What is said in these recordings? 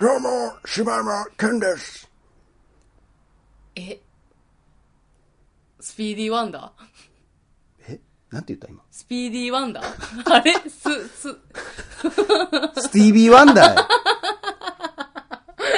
どうも、柴山健です。えスピーディーワンダーえなんて言った今。スピーディーワンダー あれす、す、スティービー・ワンダー や。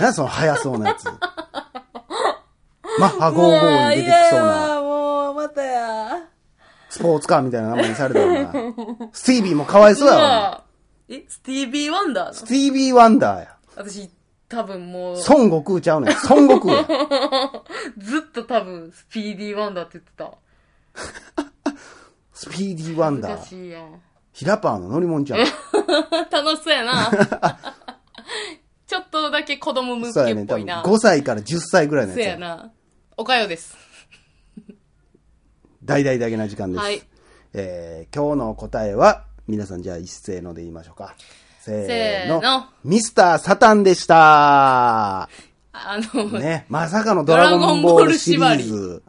何その速そうなやつ。マッハ55に出てきそうな、もう、またや。スポーツカーみたいな名前にされたよな。スティービーもかわいそうやわ。え、スティービー・ワンダースのティービー・ワンダーや。私、多分もう、孫悟空ちゃうねん。孫悟空や。ずっと多分、スピーディー・ワンダーって言ってた。スピーディー・ワンダ難ー。しいやん。ヒラパーの乗り物 ちゃん。楽しそうやな。 ちょっとだけ子供向そうけやねっん。ぽ多分いな。 5歳から10歳ぐらいのそうややつや。な。おかよです。大々だけな時間です。はいえー今日の答えは、皆さんじゃあ一斉ので言いましょうか。せーの。せーのミスター・サタンで した。あの、ね、まさかのドラゴンボールシリーズ。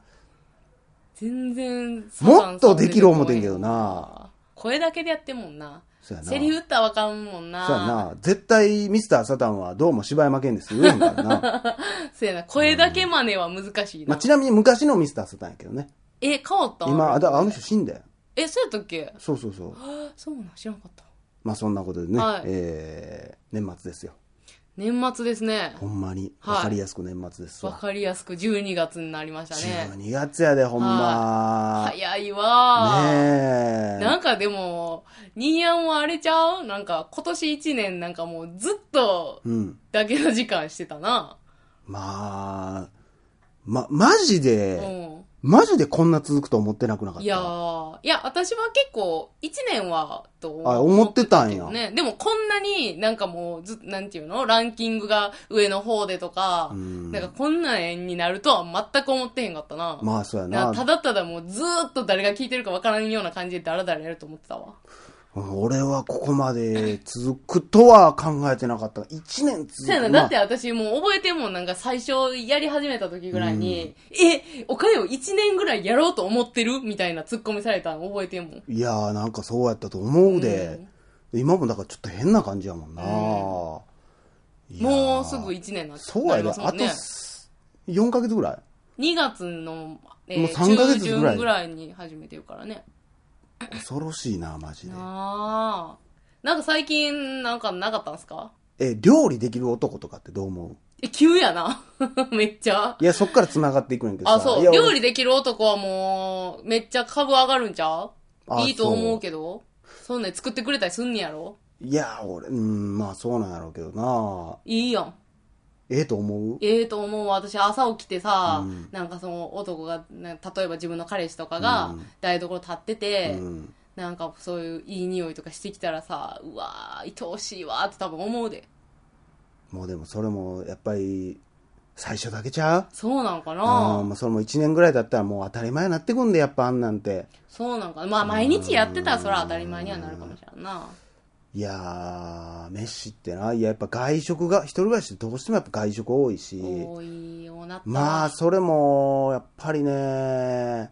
全然、もっとできる思てんけどな。声だけでやってんもんな。そうやな。セリフ打ったらわかんもんな。そうやな。絶対ミスター・サタンはどうも柴山健です。言えへんか らな。そうやな。声だけ真似は難しいまなあ、。ちなみに昔のミスター・サタンやけどね。え、変わった今、あだあの人死んだよ。え、そうやったっけそうそ うそう。あそうなん、知らなかった。まあそんなことでね、はいえー、年末ですよ。年末ですねほ。んまに、はいわかりやすく年末ですわ。わかりやすく12月になりましたね。 12月やで、ほんま。早いわー。ねえ。なんかでも、ニーヤンはあれちゃうなんか今年1年なんかもうずっとうん。だけの時間してたな。まあ、ま、マジうで、ん。マジでこんな続くと思ってなくなかった。いやーいや、私は結構、一年は、と思あ思ってたんや思ってけどね。でもこんなになんかもう、ず、なんていうのランキングが上の方でとか、うんなんかこんな縁になるとは全く思ってへんかったな。まあそうやなんかたな。だただもうずーっと誰が聞いてるかわからんような感じでダラダラやると思ってたわ。俺はここまで続くとは考えてなかった。一年続そうやな、く。だってまあ私もう覚えてんもんなんか最初やり始めた時ぐらいに、え、おかよ一年ぐらいやろうと思ってるみたいなツッコミされたの覚えてんもん。いやーなんかそうやったと思うで。今もだからちょっと変な感じやもんな。いやーもうすぐ一年なそうなやりで、ますもあんとね。す4ヶ月ぐらい2月の、えもうー、 3ヶ月中ぐらい旬ぐらいに始めてるからね。恐ろしいな、マジで。なあ。なんか最近なんかなかったんすかえ、料理できる男とかってどう思え、急やな。 めっちゃう。いや、そっから繋がっていくねんけどさ。あ、そいやう。料理できる男はもう、めっちゃ株上がるんちゃうあいいと思うけど。そんなん作ってくれたりすんねやろいや、俺、うん、まあそうなんやろうけどないいやん。ええと思うええと思うわ私朝起きてさ、うんなんかその男が、な例えば自分の彼氏とかがうん台所立ってて、うん。なんかそういういい匂いとかしてきたらさ、うわー、愛おしいわーって多分思うで。もうでもそれも、やっぱり、最初だけちゃうそうなんかああー、なまあそれも1年ぐらいだったらもう当たり前になってくんで、やっぱあんなんて。そうなんかなまあ毎日やってたらそれは当たり前にはなるかもしれんな。いやー、飯ってな、いや、やっぱ外食が、一人暮らしってどうしてもやっぱ外食多いし、多いようなったわまあ、それも、やっぱりね、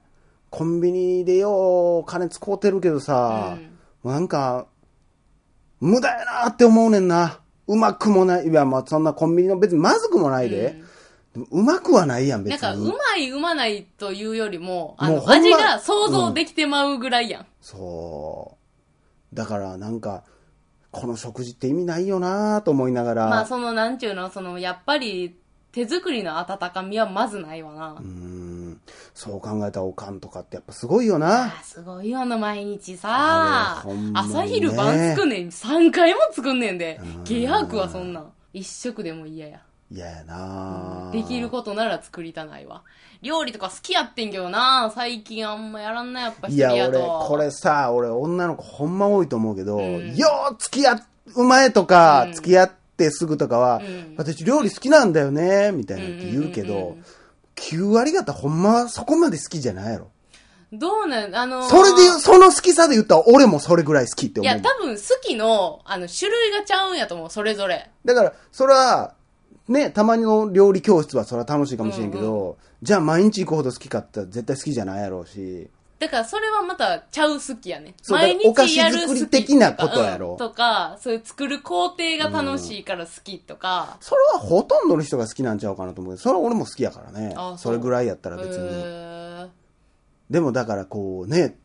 コンビニでよう金使うてるけどさ、うんもうなんか、無駄やなって思うねんな。うまくもない。いや、まあそんなコンビニの別にまずくもないで。ううまくはないやん、別なんに。か、うまい、うまないというよりも、あもうの、ほんま味が想像できてまうぐらいやん。そう。だから、なんか、この食事って意味ないよなと思いながら。まあ、その、なんちゅうの、その、やっぱり、手作りの温かみはまずないわなう。ーんそう考えたらおかんとかってやっぱすごいよな。あ、すごいよな、毎日さあれほん。まにね朝昼晩作んねん。3回も作んねんで。下白はそんなん。一食でも嫌や。嫌やなできることなら作りたないわ。料理とか好きやってんけどな。最近あんまやらんな、やっぱ一い人や、やと。俺、これさ、俺女の子ほんま多いと思うけど、んよう付き合う前とか、うん付き合ってすぐとかは、ん私料理好きなんだよね、みたいなって言うけうんうんうんうどん、 9割方ほんまはそこまで好きじゃないやろ。どうなん、あのーそれで言う、その好きさで言ったら俺もそれぐらい好きっいて思うや、。多分、好きの、あの、種類がちゃうんやと思う、それぞれ。だから、それは、ね、たまにの料理教室はそれは楽しいかもしれんけど、じゃあ毎日行くほど好きかって言ったら絶対好きじゃないやろうし、だからそれはまたちゃう好きやね。そう毎だからお菓日子やる作好りきとか。的なことやろうんとか、そういう作る工程が楽しいから好きとか。それはほとんどの人が好きなんちゃうかなと思うけど、それは俺も好きやからねあ。そそうれぐらいやったら別に。へでもだからこうね、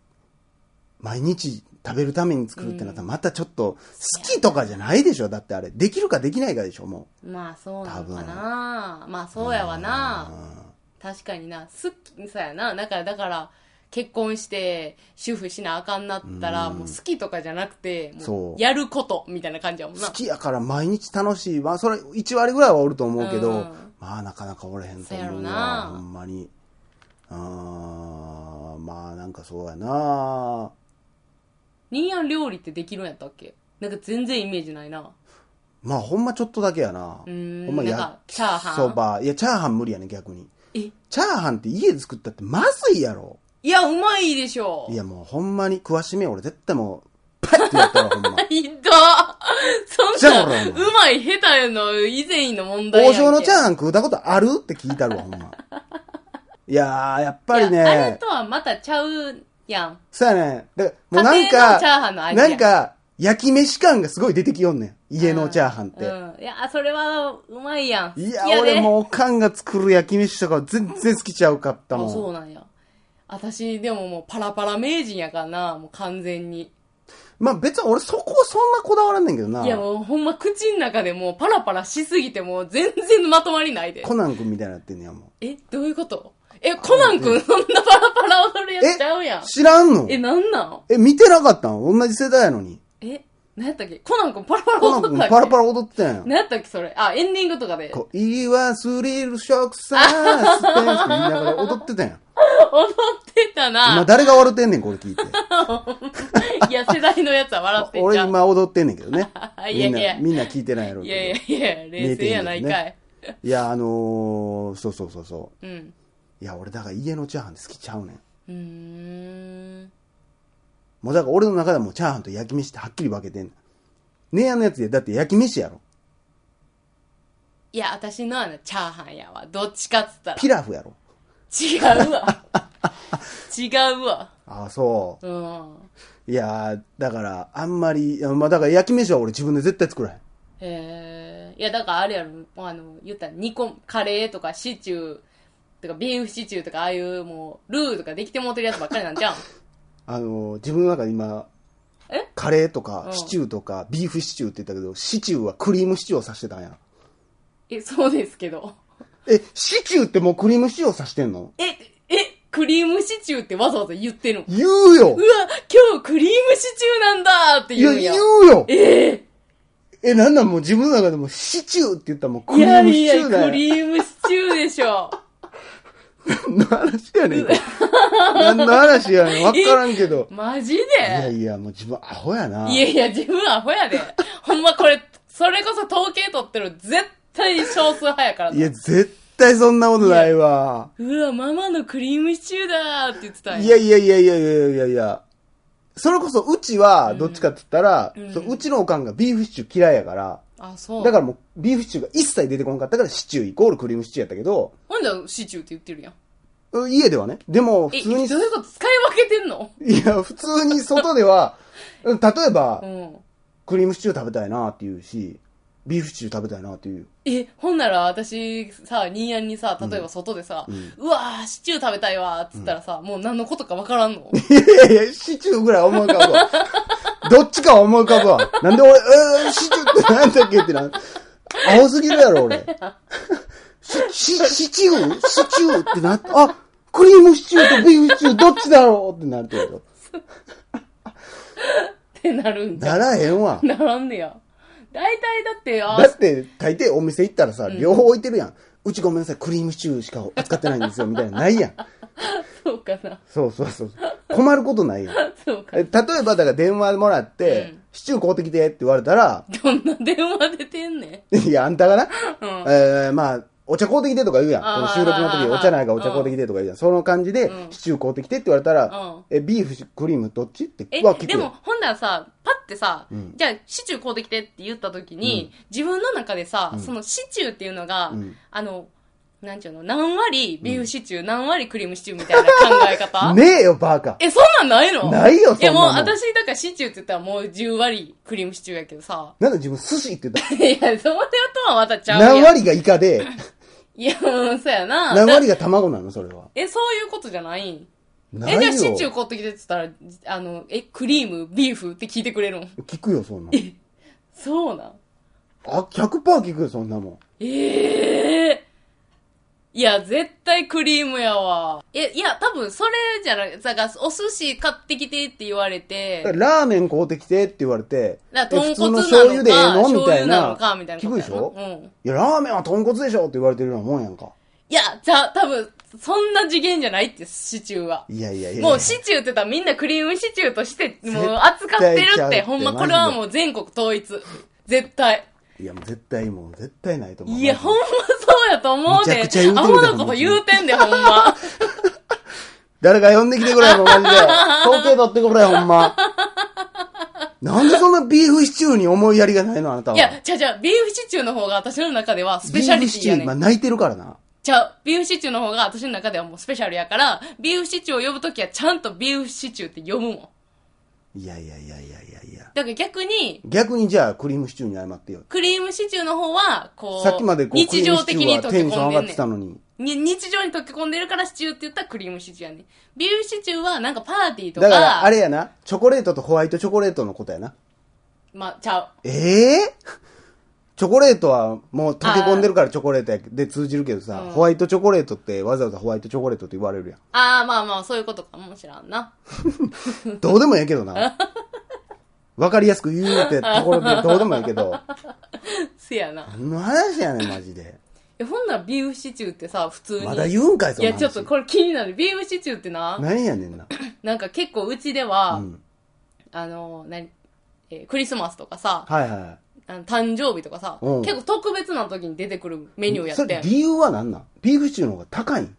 毎日食べるために作るってなったらまたちょっと好きとかじゃないでしょだってあれ。できるかできないかでしょもーまあそうなのかな。まあそうやわな。確かにな。好き、そうやな。だから、だから、結婚して、主婦しなあかんなったら、うんもう好きとかじゃなくて、そもうやること、みたいな感じやもんう。な。好きやから毎日楽しい。まあそれ1割ぐらいはおると思うけど、うんまあなかなかおれへんとそうや思ろうなわ。ほんまに。あーまあなんかそうやな。ニーヤン料理ってできるんやったっけなんか全然イメージないな。まあほんまちょっとだけやな。うーんほんまなんか焼きチャーハンそば。いや、チャーハン無理やね、逆に。えチャーハンって家で作ったってまずいやろ。いや、うまいでしょい。やもうほんまに食わしめ俺絶対もう、パッてやったわ、ほんま。ひどっ そじんなゃあ俺、うまい、下手の以前の問題や王んけ。将のチャーハン食うたことあるって聞いたるわ、ほんま。いやー、やっぱりいやあれね、とはまたちゃうやん。そうやね。だからもう家庭なんのチャーか、ハンの味やなんか、焼き飯感がすごい出てきよんねん。家のチャーハンって。うん。いや、それは、うまいやん。いや好き、で俺もうおかんが作る焼き飯とかは全然好きちゃうかったも。あそうんなんや。私、でももうパラパラ名人やからな、もう完全に。まあ別に俺そこはそんなこだわらんねんけどな。いやもうほんま口ん中でもうパラパラしすぎてもう全然まとまりないで。コナン君みたいになってんねやもん。え、どういうことえ、コナンくんそんなパラパラ踊るやつちゃうやん。知らんのえ、なんなんえ、見てなかったん同じ世代やのに。え、なんやったっけコナンくんパラパラコナン踊君ったっけパラパラ踊ってたんや。なんやったっけそれ。あ、エンディングとかで。恋はスリルショックさーって言いながら踊ってたんや。 踊ってた今な。誰が笑ってんねん、これ 聞いて。いや、世代のやつは笑ってんじ俺ゃん。。今踊ってんねんけどねいみやんいやな、みんな聞いてないやろういけやいど。やいや、冷静やないかい。いや、あのー、そうそうそうそうん。う。いや、俺だから家のチャーハンって好きちゃうねん。うーん。もうだから俺の中ではもうチャーハンと焼き飯ってはっきり分けてんねん。姉やんのやつで、だって焼き飯やろ。いや、私のはな、チャーハンやわ。どっちかっつったピラフやろ。ら。違うわ。違うわ。ああ、そう。うん。いやー、だから、あんまり、いやまあだから焼き飯は俺自分で絶対作らへん。へえ。いや、だからあれやろ、あの、言ったら煮込む、カレーとかシチューとかビーフシチューとか、ああいうもう、ルーとかできてもうてるやつばっかりなん じゃん。あのー、自分の中で今え、カレーとかうんシチューとかビーフシチューって言ったけど、シチューはクリームシチューを指してたんや。え、そうですけど。え、シチューってもうクリームシチューを指してんのえ、え、クリームシチューってわざわざ言ってるの言うようわ、今日クリームシチューなんだってい言や、うんや言ん。うよえええ、なんなんもう自分の中でもシチューって言ったらもうクいリやームシいチュや、ーだクよ。リームシチューでしょ。何の話やねん。何の話 やねん。わからんけど。マジでいやいや、もう自分アホやな。いやいや、自分アホやで。ほんまこれ、それこそ統計取ってる絶対少数派やからいな。や、絶対そんなことないわ。うわ、ママのクリームシチューだーって言ってたんいや。やいやいやいやいやいやいや。それこそ、うちは、どっちかって言ったら、うんそううちのおかんがビーフシチュー嫌いやから、あ、そう。だからもう、ビーフシチューが一切出てこなかったから、シチューイコールクリームシチューやったけど、ほんじゃ、シチューって言ってるやん。うん家ではね。でも、普え、通どうに、いうこと使い分けてんのいや、普通に外 では、うん例えばう、ん。クリームシチュー食べたいなっていうし、ビーフシチュー食べたいなっていう。え、ほんなら私さ、ニーヤンにさ、例えば外でさ、ううんわー、シチュー食べたいわーっつったらさ、もう何のことかわからんのいやいや、シチューぐらい思い浮かぶわ。どっちかは思い浮かぶわ。なんで俺、えー、シチューってなんだっけってな。青すぎるやろ、俺。し、し、シチューシチューってなって、あ、クリームシチューとビーフシチューどっちだろうってなるってこと。ってなるんじゃんならへんわ。ならんねや。大体だって、あだって、大抵お店行ったらさ、両方置いてるやん。うちごめんなさい、クリームシチューしか扱ってないんですよ、みたいな。ないやん。そうかな。 そうそうそう。困ることないやん。そうか。え例えば、だから電話もらって、うんシチュー買うてきてって言われたら、どんな電話出てんねん。 いや、あんたがな、うんえー、まあ、お茶買うてきてとか言うやん。こあーの収録の時はいはいにはいお茶ないからお茶買うてきてとか言うやん。その感じでう、んシチュー買うてきてって言われたうらん、え、ビーフ、クリームどっちって、え、は聞くでもよ。、ほんならさ、パってさ、うんじゃあ、シチュー買うてきてって言った時に、自分の中でさ、そのシチューっていうのが、うんあの、なんちゅうの何割ビーフシチュー、何割クリームシチューみたいな考え方ねえよ、バカ。え、そんなんないのないよそんなもんいやもう私、だからシチューって言ったらもう10割クリームシチューやけどさ。 なんだ自分寿司ってい言っや、それとはまた ちゃた。うやん。何割がイカ で、いや、うんそうやな。何だ割が卵なのそれは。え、そういうことじゃないんないえ、よ。じゃあシチュー買ってきてって言ったら、あの、え、クリーム、ビーフって聞いてくれるん聞くよ、そんなえそうなんもん。あ、100%聞くよ、そんなもん。ええいや、絶対クリームやわ。え、いや、多分それじゃない、だからお寿司買ってきてって言われてだ、からラーメン買うてきてって言われて、だえから豚普通骨のなのか、醤油でええのみたい醤油ななのかみたいな聞ことくでやしなょ、うん。いや、ラーメンは豚骨でしょって言われてるようなもんやんか。いや、じゃあ多分、そんな次元じゃないって、シチューは。いやいやいやもうシチューって言ったらみんなクリームシチューとして、もう扱ってる絶対ちゃっ、うっててほんまこれはもう全国統一。絶対。いや、もう絶対もう、絶対ないと思う。いや、ほんまそうやと思うむちでゃくちゃ言。うてるアでホなこと言うてんで、ほん ま。誰か呼んできてくれ、ほんまにで。統計取ってくれ、ほんま。なんでそんなビーフシチューに思いやりがないの、あなたは。いや、じゃあじゃあビーフシチューの方が私の中ではスペシャリビーフティシチュやーね今ん。泣いてるからな。じゃあ、ビーフシチューの方が私の中ではもうスペシャルやから、ビーフシチューを呼ぶときはちゃんとビーフシチューって呼ぶもん。いやいやいやいやいやいや。だから逆に、逆にじゃあ、クリームシチューに謝ってよ。クリームシチューの方は、こう、さっきまでこう、日常的に溶クけリームシチュー込んはテンション上でがんっねてんたのに。に日常に溶け込んでるからシチューって言ったらクリームシチューやねん。ビーフシチューはなんかパーティーとか、だから、あれやな。チョコレートとホワイトチョコレートのことやな。まあ、ちゃう。ええチョコレートはもう溶け込んでるからチョコレートやで通じるけどさ、うんホワイトチョコレートってわざわざホワイトチョコレートって言われるやん。ああ、まあまあ、そういうことかもしらんな。 どうでもええけどな。わかりやすく言うってところでどうでもええけど。せやな。何の話やねん、マジで。え、ほんならビーフシチューってさ、普通に。まだ言うんかい、そいんや、な話ちょっとこれ気になる。ビーフシチューってな、何やねんな。なんか結構うちでは、うん。あの、何、えークリスマスとかさ、はいはあの誕生日とかさ、うん結構特別な時に出てくるメい。ニューやそってれん。理由は何なんビーフシチューの方が高いん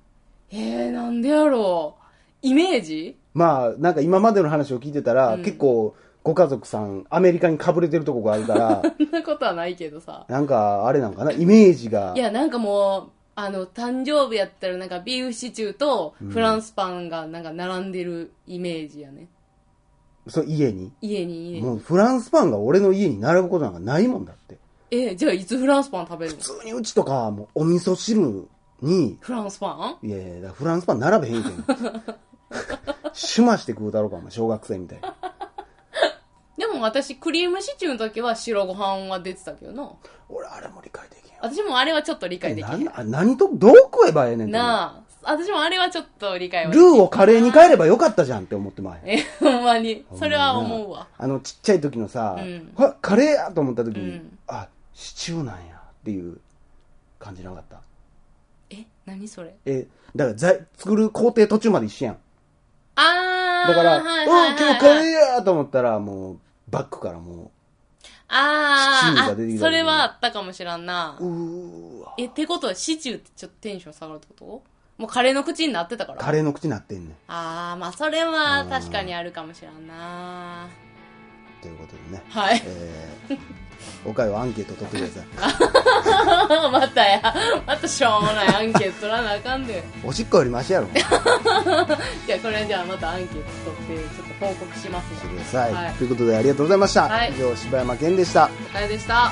えー、なんでやろう。イメージ まあ、なんか今までの話を聞いてたら、うん結構ご家族さんアメリカにかぶれてるとこがあるから、そんなことはないけどさ。なんかあれなんかな、イメージがい。や、なんかもう、あの、誕生日やったらなんかビーフシチューとフランスパンがなんか並んでるイメージやね。そう、家に。家に家にもうフランスパンが俺の家に並ぶことなんかないもんだって。え、じゃあいつフランスパン食べるの普通にうちとか、もうお味噌汁に、フランスパンいやいや、だからフランスパン並べへんけん。シュマして食うだろうか、お前小学生みたいな。でも私、クリームシチューの時は白ご飯は出てたけどな。俺、あれも理解できへ私もあれはちょっと理解んでよ。きななんい。なあ何と、どう食えばええねんって思うなあ。私もあれはちょっと理解はでルきないーをカレーに変えればよかったじゃんって思ってまへん。え、ほんまに。それは思うわ。あの、ちっちゃい時のさ、うんはカレーやと思った時に、うんあ、シチューなんやっていう感じなかった。え、何それえ、だからざい、作る工程途中まで一緒やん。あー。だから、はいはいはいはいうん、今日カレーやと思ったら、もう、バックからもシチューあが出てきーたあ、それはあったかもしらんなう、。うーわ。え、ってことはシチューってちょっとテンション下がるってこともうカレーの口になってたから。カレーの口になってんねん。あー、まあそれは確かにあるかもしらんな。ということでね、はい。 えー、 おかはアンケート取ってください。またや、またしょうもないアンケート取らなあかんで。おしっこよりマシやろ、してくじゃあこれじゃあまたアンケート取って、ちょっと報告しますね。ださい,、はいということで、ありがとうございました。はい以上、柴山健でした。お疲れでした。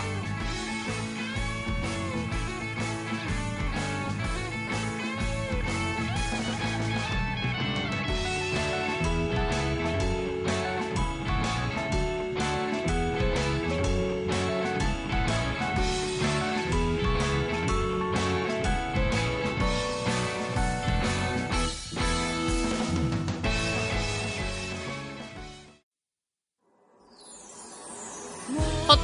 ポッ